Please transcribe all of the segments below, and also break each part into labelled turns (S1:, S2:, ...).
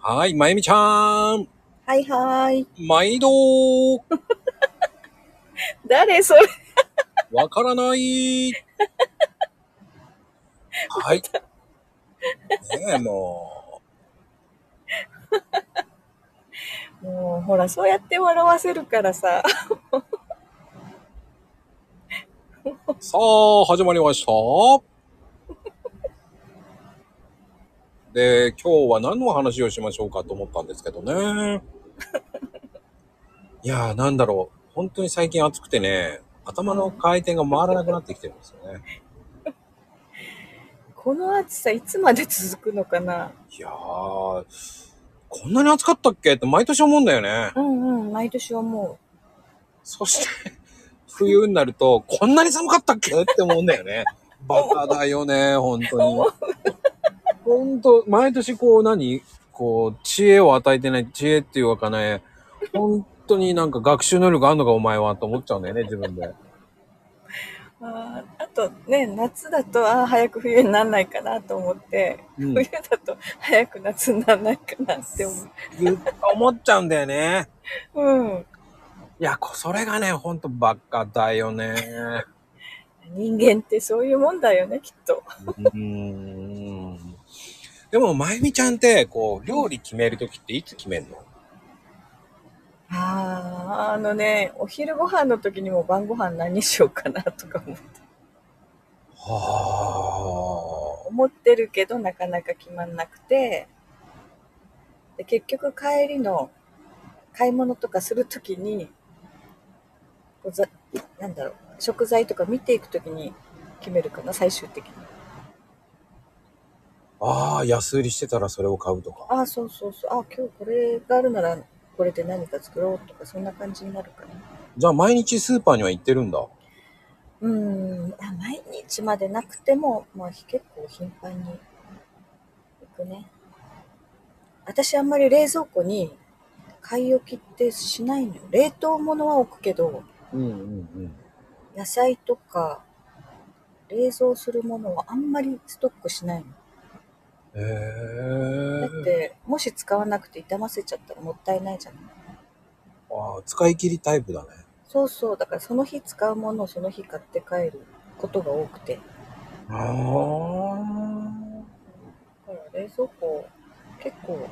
S1: はい、まゆみちゃーん。
S2: はいはーい。
S1: 毎度、
S2: 誰それ
S1: わからない。はい。ねえ、も
S2: もうほら、そうやって笑わせるからさ。
S1: う。さあ、始まりました。で、今日は何の話をしましょうかと思ったんですけどね。いやー、なんだろう。本当に最近暑くてね、頭の回転が回らなくなってきてるんですよね。
S2: この暑さいつまで続くのかない
S1: やー、こんなに暑かったっけって毎年思うんだよね。
S2: うんうん、毎年思
S1: そして、冬になると、こんなに寒かったっけって思うんだよね。バカだよね、本当に。本当毎年こう何こう、知恵を与えてない、知恵っていうかね、本当になんか学習能力あんのかお前はと思っちゃうんだよね、自分で。
S2: う。あーあとね、夏だと、ああ、早く冬にならないかなと思って、
S1: うん、ず
S2: 冬だと早く夏にならないかなって思
S1: っと思っちゃうんだよね。
S2: う。うん。
S1: いや、こそれがね、ほんとバカだよね。
S2: 人間ってそういうもんだよね、きっと。
S1: うーん。でも、まゆみちゃんって、こう、料理決めるときっていつ決めるの
S2: ああ、あのね、お昼ご飯の時にも晩ご飯何しようかなとかも
S1: は
S2: 思ってるけどなかなか決まんなくてで結局帰りの買い物とかするときにこうざなんだろう食材とか見ていくときに決めるかな最終的に
S1: あ。ああ、安売りしてたらそれを買うとか。
S2: ああそうそうそうああ今日これがあるならこれで何か作ろうとかそんな感じになるかな
S1: じゃあ、毎日スーパーには行ってるんだ。
S2: うーんあ毎日までなくても、まあ、結構頻繁に行くね私あんまり冷蔵庫に買い置きってしないのよ冷凍物は置くけど
S1: うんうんうん。
S2: 野菜とか冷蔵するものはあんまりストックしないの
S1: へ
S2: だ
S1: え
S2: ってもし使わなくて傷ませちゃったらもったいないじゃない
S1: ああ、使い切りタイプだね。
S2: そうそうだからその日使うものをその日買って帰ることが多くて
S1: ああ。
S2: だから冷蔵庫結構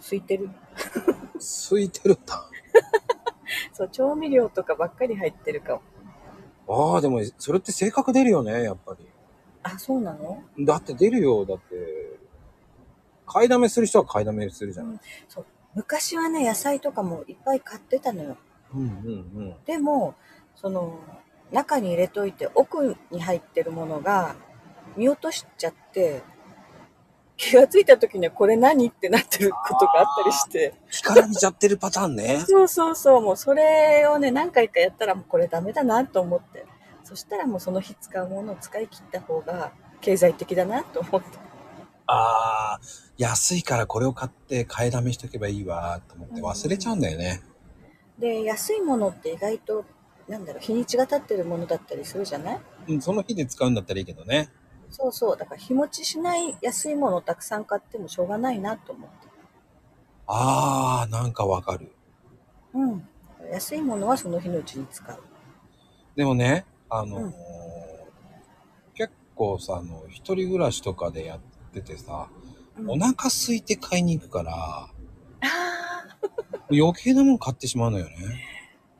S2: 空いてる
S1: 空いてるんだ。
S2: そう、調味料とかばっかり入ってるかも。
S1: ああ、でも、それって性格出るよね、やっぱり。
S2: あ、そうなの
S1: だって出るよ、だって。買いだめする人は買いだめするじゃない。
S2: 昔はね、野菜とかもいっぱい買ってたのよ。
S1: うんうんうん。
S2: でも、その、中に入れといて奥に入ってるものが見落としちゃって、気がついた時にはこれ何ってなってることがあったりして。
S1: 干からびちゃってるパターンね。
S2: そうそうそう、もうそれをね、何回かやったらもうこれダメだなと思って。そしたらもうその日使うものを使い切った方が経済的だなと思って。
S1: ああ、安いからこれを買って買いだめしとけばいいわと思って忘れちゃうんだよね。
S2: で安いものって意外となんだろう日にちが経ってるものだったりするじゃない
S1: うん、その日で使うんだったらいいけどね。
S2: そうそうだから日持ちしない安いものをたくさん買ってもしょうがないなと思って
S1: ああ、なんかわかる。
S2: うん安いものはその日のうちに使う
S1: でもね、あのー
S2: うん
S1: 結構さ、あの、一人暮らしとかでやっててさ、
S2: うん
S1: お腹空いて買いに行くから、
S2: あ
S1: 余計なもん買ってしまうのよね。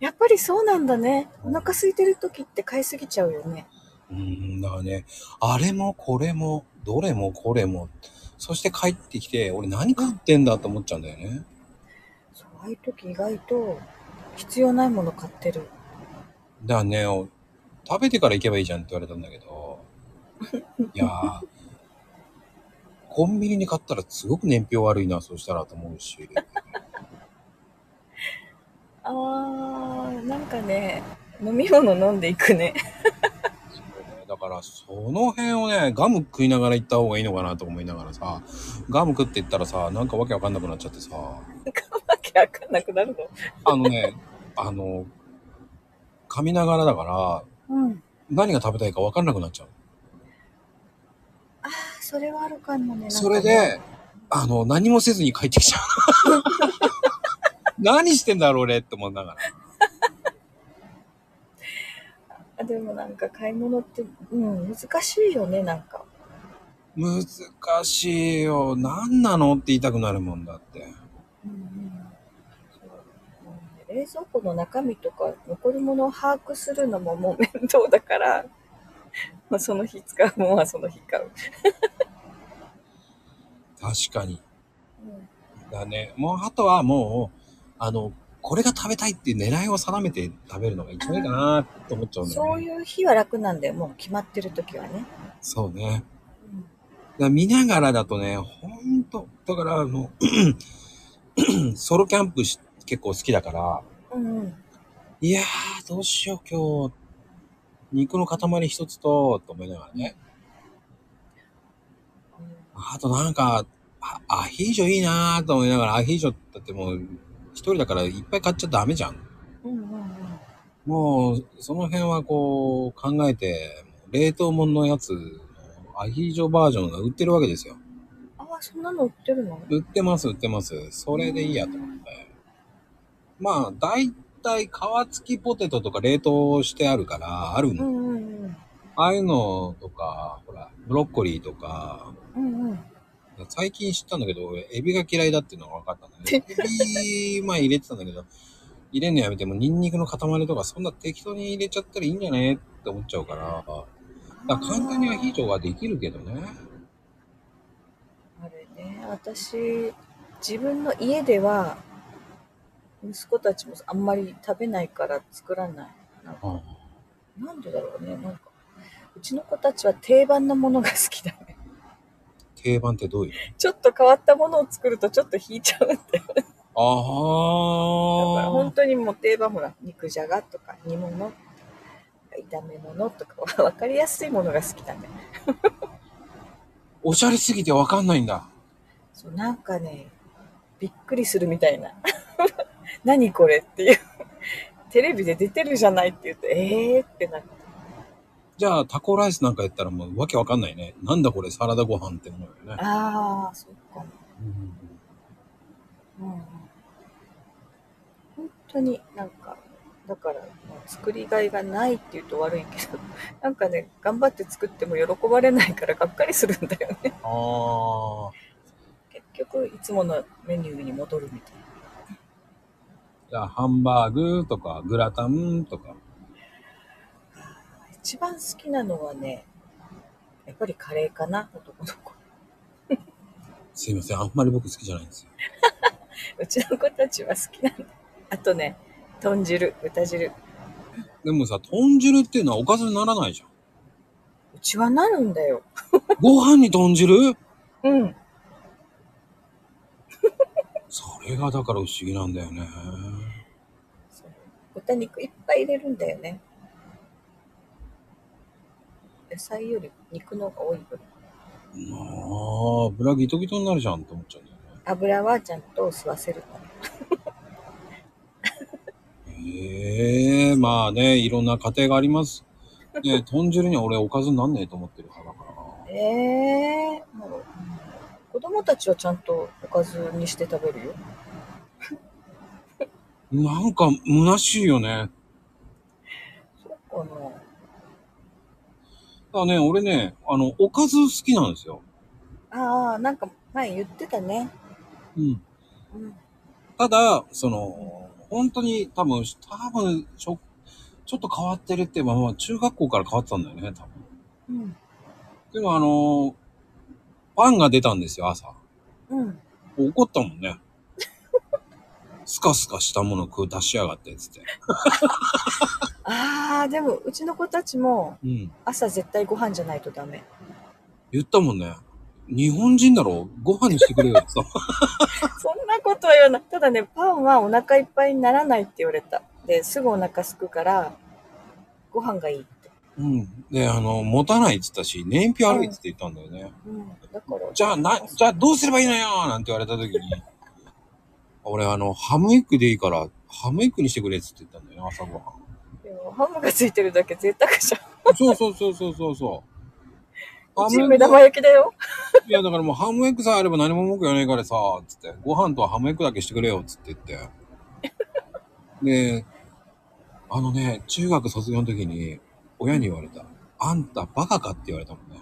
S2: ーやっぱりそうなんだねお腹空いてる時って買いすぎちゃうよね
S1: うん、だからね、あれもこれも、どれもこれも、そして帰ってきて、俺何買ってんだと思っちゃうんだよね。
S2: そうああいう時意外と必要ないもの買ってる
S1: だからね、お食べてから行けばいいじゃんって言われたんだけど、いやー、 コンビニに買ったらすごく燃費悪いな、そうしたらと思うし。
S2: あーなんかね飲み物飲んでいくね
S1: だから、その辺をね、ガム食いながら行った方がいいのかなと思いながらさ、ガム食って行ったらさ、なんかわけわかんなくなっちゃってさ、
S2: わけわかんなくなるの
S1: あの ね、あの、噛みながらだから、
S2: うん
S1: 何が食べたいかわかんなくなっちゃう。
S2: ああそれはあるかもねなんかね
S1: それで、あの、何もせずに帰ってき ちゃう。何してんだろう、俺って思いながら。
S2: あでもなんか買い物って、うん、難しいよね、なんか。
S1: 難しいよ。何なのって言いたくなるもんだって。
S2: うんうんそう冷蔵庫の中身とか残り物を把握するのももう面倒だから、まあ、その日使うものはその日買う。
S1: 確かに。だね。もう、あとはもう、あの、これが食べたいっていう狙いを定めて食べるのが一番いいかなって思っちゃうんだ
S2: そ
S1: よ
S2: う
S1: ね。
S2: いう日は楽なんだよ、もう決まってる時はね。
S1: そうね。だから見ながらだとね、ほんと、だからあの、 ソロキャンプし結構好きだから、
S2: うん、うん、
S1: いやー、どうしよう今日、肉の塊一つと、と思いながらね。あとなんか、あアヒージョいいなーと思いながら、アヒージョだってもう、一人だからいっぱい買っちゃダメじゃん。
S2: うん、うん。
S1: もう、その辺はこう、考えて、冷凍物のやつ、アヒージョバージョンが売ってるわけですよ。
S2: ああ、そんなの売ってるの
S1: 売ってます、売ってます。それでいいやと思って。まあ、だいたい皮付きポテトとか冷凍してあるから、ある
S2: う
S1: の。
S2: ん、うん、うん。
S1: ああいうのとか、ほら、ブロッコリーとか、
S2: うん、うん。
S1: 最近知ったんだけど、俺エビが嫌いだっていうのが分かったんだね。エビ、前入れてたんだけど、入れんのやめても、ニンニクの塊とか、そんな適当に入れちゃったらいいんじゃねって思っちゃうから、だから簡単にアヒージョはできるけどね。
S2: あれね、私、自分の家では、息子たちもあんまり食べないから作らない。なんかなんでだろうね、なんか。うちの子たちは定番のものが好きだね。
S1: 定番ってどういう
S2: ちょっと変わったものを作るとちょっと引いちゃうんだよ。だか
S1: あ
S2: ら
S1: あ
S2: 本。当にもう定番ほら、肉じゃがとか煮物、炒め物とかは分かりやすいものが好きだね。
S1: おしゃれすぎてわかんないんだ。
S2: そう、なんかね、びっくりするみたいな。 何これっていう。テレビで出てるじゃないって言って、えーってなる。
S1: じゃあ、タコライスなんかやったらもうわけわかんないね。なんだこれ、サラダご飯って思うよね。
S2: ああ、そっか。
S1: うん
S2: うんうん本当になんかだから、まあ作りがいがないっていうと悪いけど なんかね頑張って作っても喜ばれないからがっかりするんだよね
S1: ああ。
S2: 結局いつものメニューに戻るみたいな
S1: じゃあ、ハンバーグとか、グラタンとか。
S2: 一番好きなのはねやっぱりカレーかな男の子
S1: すいません、あんまり僕好きじゃないんですよ。
S2: うちの子たちは好きなんだあとね豚汁豚汁
S1: でもさ、豚汁っていうのはおかずにならないじゃん。
S2: うちはなるんだよ
S1: ご飯に豚汁
S2: うん
S1: それがだから不思議なんだよね。
S2: そう豚肉いっぱい入れるんだよね野菜より肉の方が多い分
S1: まあ、油ギトギトになるじゃんって思っちゃうんだよ
S2: 油はちゃんと吸わせるの
S1: ね。ええまあね、いろんな家庭があります。ね、豚汁には俺おかずになんねえと思ってる派だからな。
S2: ええもううん子供たちはちゃんとおかずにして食べるよ
S1: なんか虚しいよね。
S2: そうかな
S1: だからね、俺ね、あの、おかず好きなんですよ。
S2: ああなんか前言ってたね
S1: うん。
S2: うん
S1: ただ、その、本当に多分、多分、ちょ、ちょっと変わってるって言えば、まあ、中学校から変わってたんだよね、多分。
S2: うん
S1: でもあのーパンが出たんですよ、朝。
S2: うん
S1: 怒ったもんね。スカスカしたもの食う出しやがって、つって。
S2: ああでもうちの子たちも
S1: うん。
S2: 朝絶対ご飯じゃないとダメ
S1: 言ったもんね。日本人だろご飯にしてくれよ、ってさ。
S2: そんなことは言わない。ただね、パンはお腹いっぱいにならないって言われた。で、すぐお腹すくから、ご飯がいいって。
S1: うん。で、あの、持たないっつったし、燃費悪いっつって言ったんだよね。
S2: うん。だから、
S1: じゃあ、な、じゃあどうすればいいのよなんて言われた時に、俺あの、ハムエッグでいいから、ハムエッグにしてくれっつって言ったんだよね、朝ごはん。
S2: でもハムがついてるだけ贅沢じゃん。
S1: そうそうそうそうそうそハムエ
S2: ち
S1: ッ
S2: 目
S1: グ
S2: 玉焼きだよ。
S1: いや、だからもうハムエッグさえあれば何も文句言わねえからさ、つって、ご飯とハムエッグだけしてくれよ、つって言って。で、あのね、中学卒業の時に、親に言われた。あんたバカかって言われたもんね。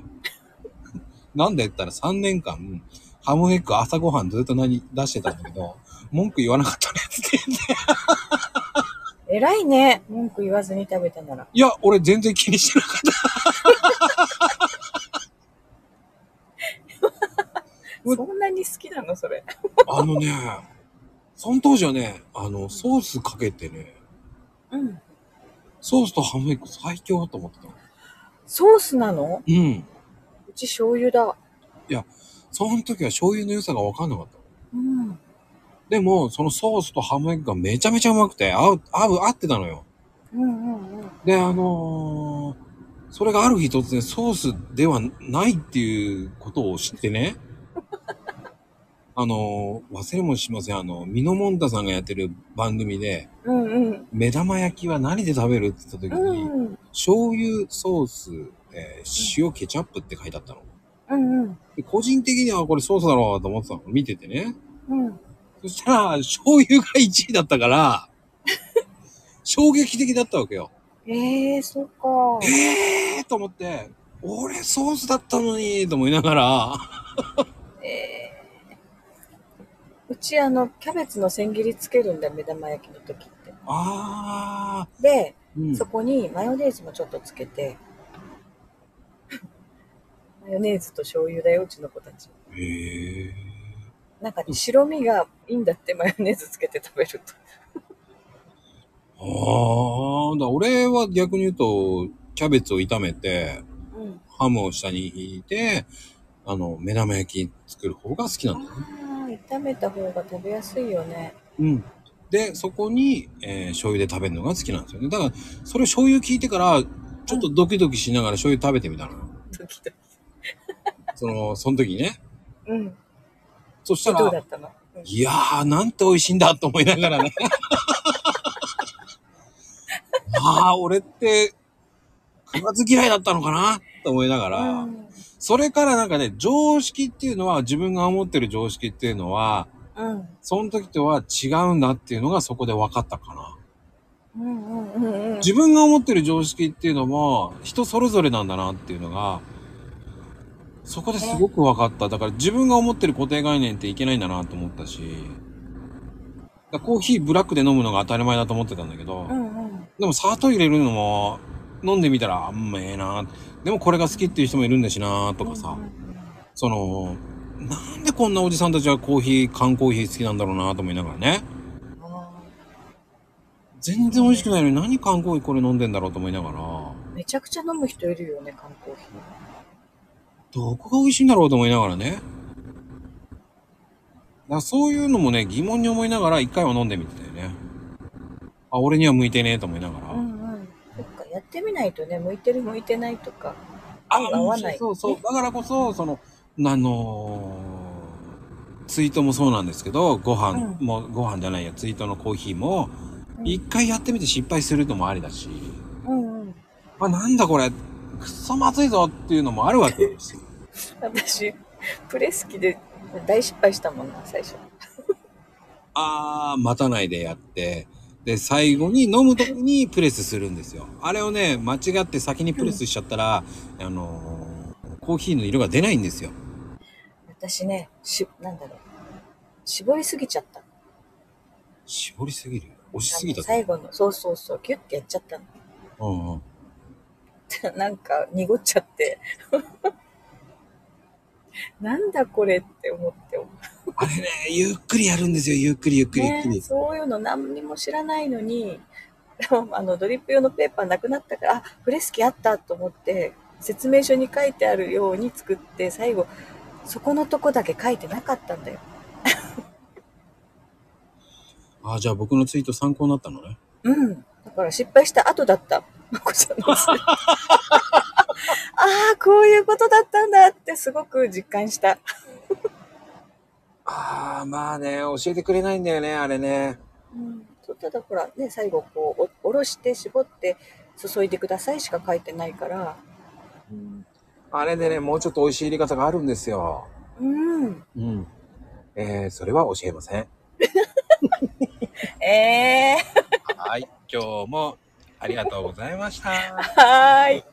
S1: なんで言ったら3年間、ハムエッグ朝ごはんずっと何出してたんだけど、文句言わなかったね、つって。
S2: 偉いね。文句言わずに食べたなら。
S1: いや、俺全然気にしてなかった。うん
S2: そんなに好きなのそれ。
S1: あのね、その当時はね、あの、ソースかけてね、
S2: うん。
S1: ソースとハムエッグ最強と思ってたの。
S2: ソースなの
S1: うん。
S2: うち醤油だ。
S1: その時は醤油の良さが分かんなかった。
S2: うん。
S1: でも、そのソースとハムエッグがめちゃめちゃうまくて、合う、合う、合ってたのよ。
S2: うんうんうん。
S1: で、あのーそれがある日突然ソースではないっていうことを知ってね。あのー忘れもしません。あの、ミノモンタさんがやってる番組で、
S2: うんうん。
S1: 目玉焼きは何で食べるって言った時
S2: う
S1: に、
S2: ん
S1: 醤油、ソース、えー塩、ケチャップって書いてあったの。
S2: うんうん。
S1: で個人的にはこれソースだろうと思ってたの。見ててね。
S2: うん。
S1: そしたら、醤油が1位だったから、衝撃的だったわけよ。
S2: えー、そっか。
S1: えーと思って、俺ソースだったのにと思いながら、
S2: えー、うちあの、キャベツの千切りつけるんだ、目玉焼きの時って。
S1: あ
S2: で、
S1: ー、うん
S2: そこにマヨネーズもちょっとつけて、 マヨネーズと醤油だよ、うちの子たち。
S1: へー
S2: なんか白身がいいんだって、マヨネーズつけて食べると。
S1: あー、だから俺は逆に言うと、キャベツを炒めて、
S2: うん。
S1: ハムを下に引いて、あの、目玉焼き作る方が好きなんだよね。
S2: ああ、炒めた方が食べやすいよね。
S1: うん。で、そこに、えー醤油で食べるのが好きなんですよね。だから、それ醤油聞いてから、ちょっとドキドキしながら醤油食べてみたのよ。
S2: 時々。
S1: その、その時ね。
S2: うん。
S1: そした
S2: どうだ
S1: ら、
S2: ったの、うん
S1: いやー、なんて美味しいんだと思いなが らね。ああ、俺って、食わず嫌いだったのかなと思いながら、
S2: うん
S1: それからなんかね、常識っていうのは、自分が思ってる常識っていうのは、
S2: うん。
S1: その時とは違うんだっていうのがそこで分かったかな。
S2: うんうんうんうん。
S1: 自分が思ってる常識っていうのも、人それぞれなんだなっていうのが、そこですごく分かった。だから自分が思ってる固定概念っていけないんだなと思ったし、だからコーヒーブラックで飲むのが当たり前だと思ってたんだけど、
S2: うんうん。
S1: でも砂糖入れるのも、飲んでみたら、あんまええな。でもこれが好きっていう人もいるんだしなとかさ、
S2: うんうんうん
S1: その、なんでこんなおじさんたちはコーヒー、缶コーヒー好きなんだろうなと思いながらね。
S2: あ
S1: 全然美味しくないのに何缶コーヒーこれ飲んでんだろうと思いながら、
S2: ーめちゃくちゃ飲む人いるよね、缶コーヒー。
S1: どこが美味しいんだろうと思いながらね。だからそういうのもね、疑問に思いながら一回は飲んでみてたよね。あ、俺には向いてねえと思いながら。
S2: んうん。そっか、やってみないとね、向いてる向いてないとか。
S1: あ
S2: 合わない
S1: そうそうそう。だからこそ、その、あのーツイートもそうなんですけど、ご飯
S2: うん
S1: も、ご飯じゃないや、ツイートのコーヒーも、一回やってみて失敗するのもありだし、
S2: うんうん。
S1: あ、なんだこれ、くっそまずいぞっていうのもあるわけですよ。
S2: 私、プレス機で大失敗したもんな、最初。
S1: あー、待たないでやって、で、最後に飲むときにプレスするんですよ。あれをね、間違って先にプレスしちゃったら、あのーコーヒーの色が出ないんですよ。
S2: 私ね、し、なんだろう。絞りすぎちゃった。
S1: 絞りすぎる。押しすぎた。
S2: 最後の、そうそうそう、キュッてやっちゃったの。
S1: うんうん。
S2: なんか、濁っちゃって。 なんだこれって思って。
S1: あれね、ゆっくりやるんですよ。ゆっくりゆっくりゆっくり。
S2: ね、そういうの何にも知らないのに あのドリップ用のペーパーなくなったからあフレスキあったと思って説明書に書いてあるように作って最後そこのとこだけ書いてなかったんだよ。
S1: ああ、じゃあ僕のツイート参考になったのね。
S2: うん。だから失敗した後だった。まこちゃんのせい ああ、こういうことだったんだってすごく実感した。
S1: ああ、まあね、教えてくれないんだよね、あれね。
S2: うん。ただほらね、最後こう、おおろして絞って注いでくださいしか書いてないから、
S1: うんあれでね、もうちょっと美味しい入れ方があるんですよ。
S2: うん。
S1: うん。えー、それは教えません。
S2: ええ
S1: はい。今日もありがとうございました。
S2: ー。はーい。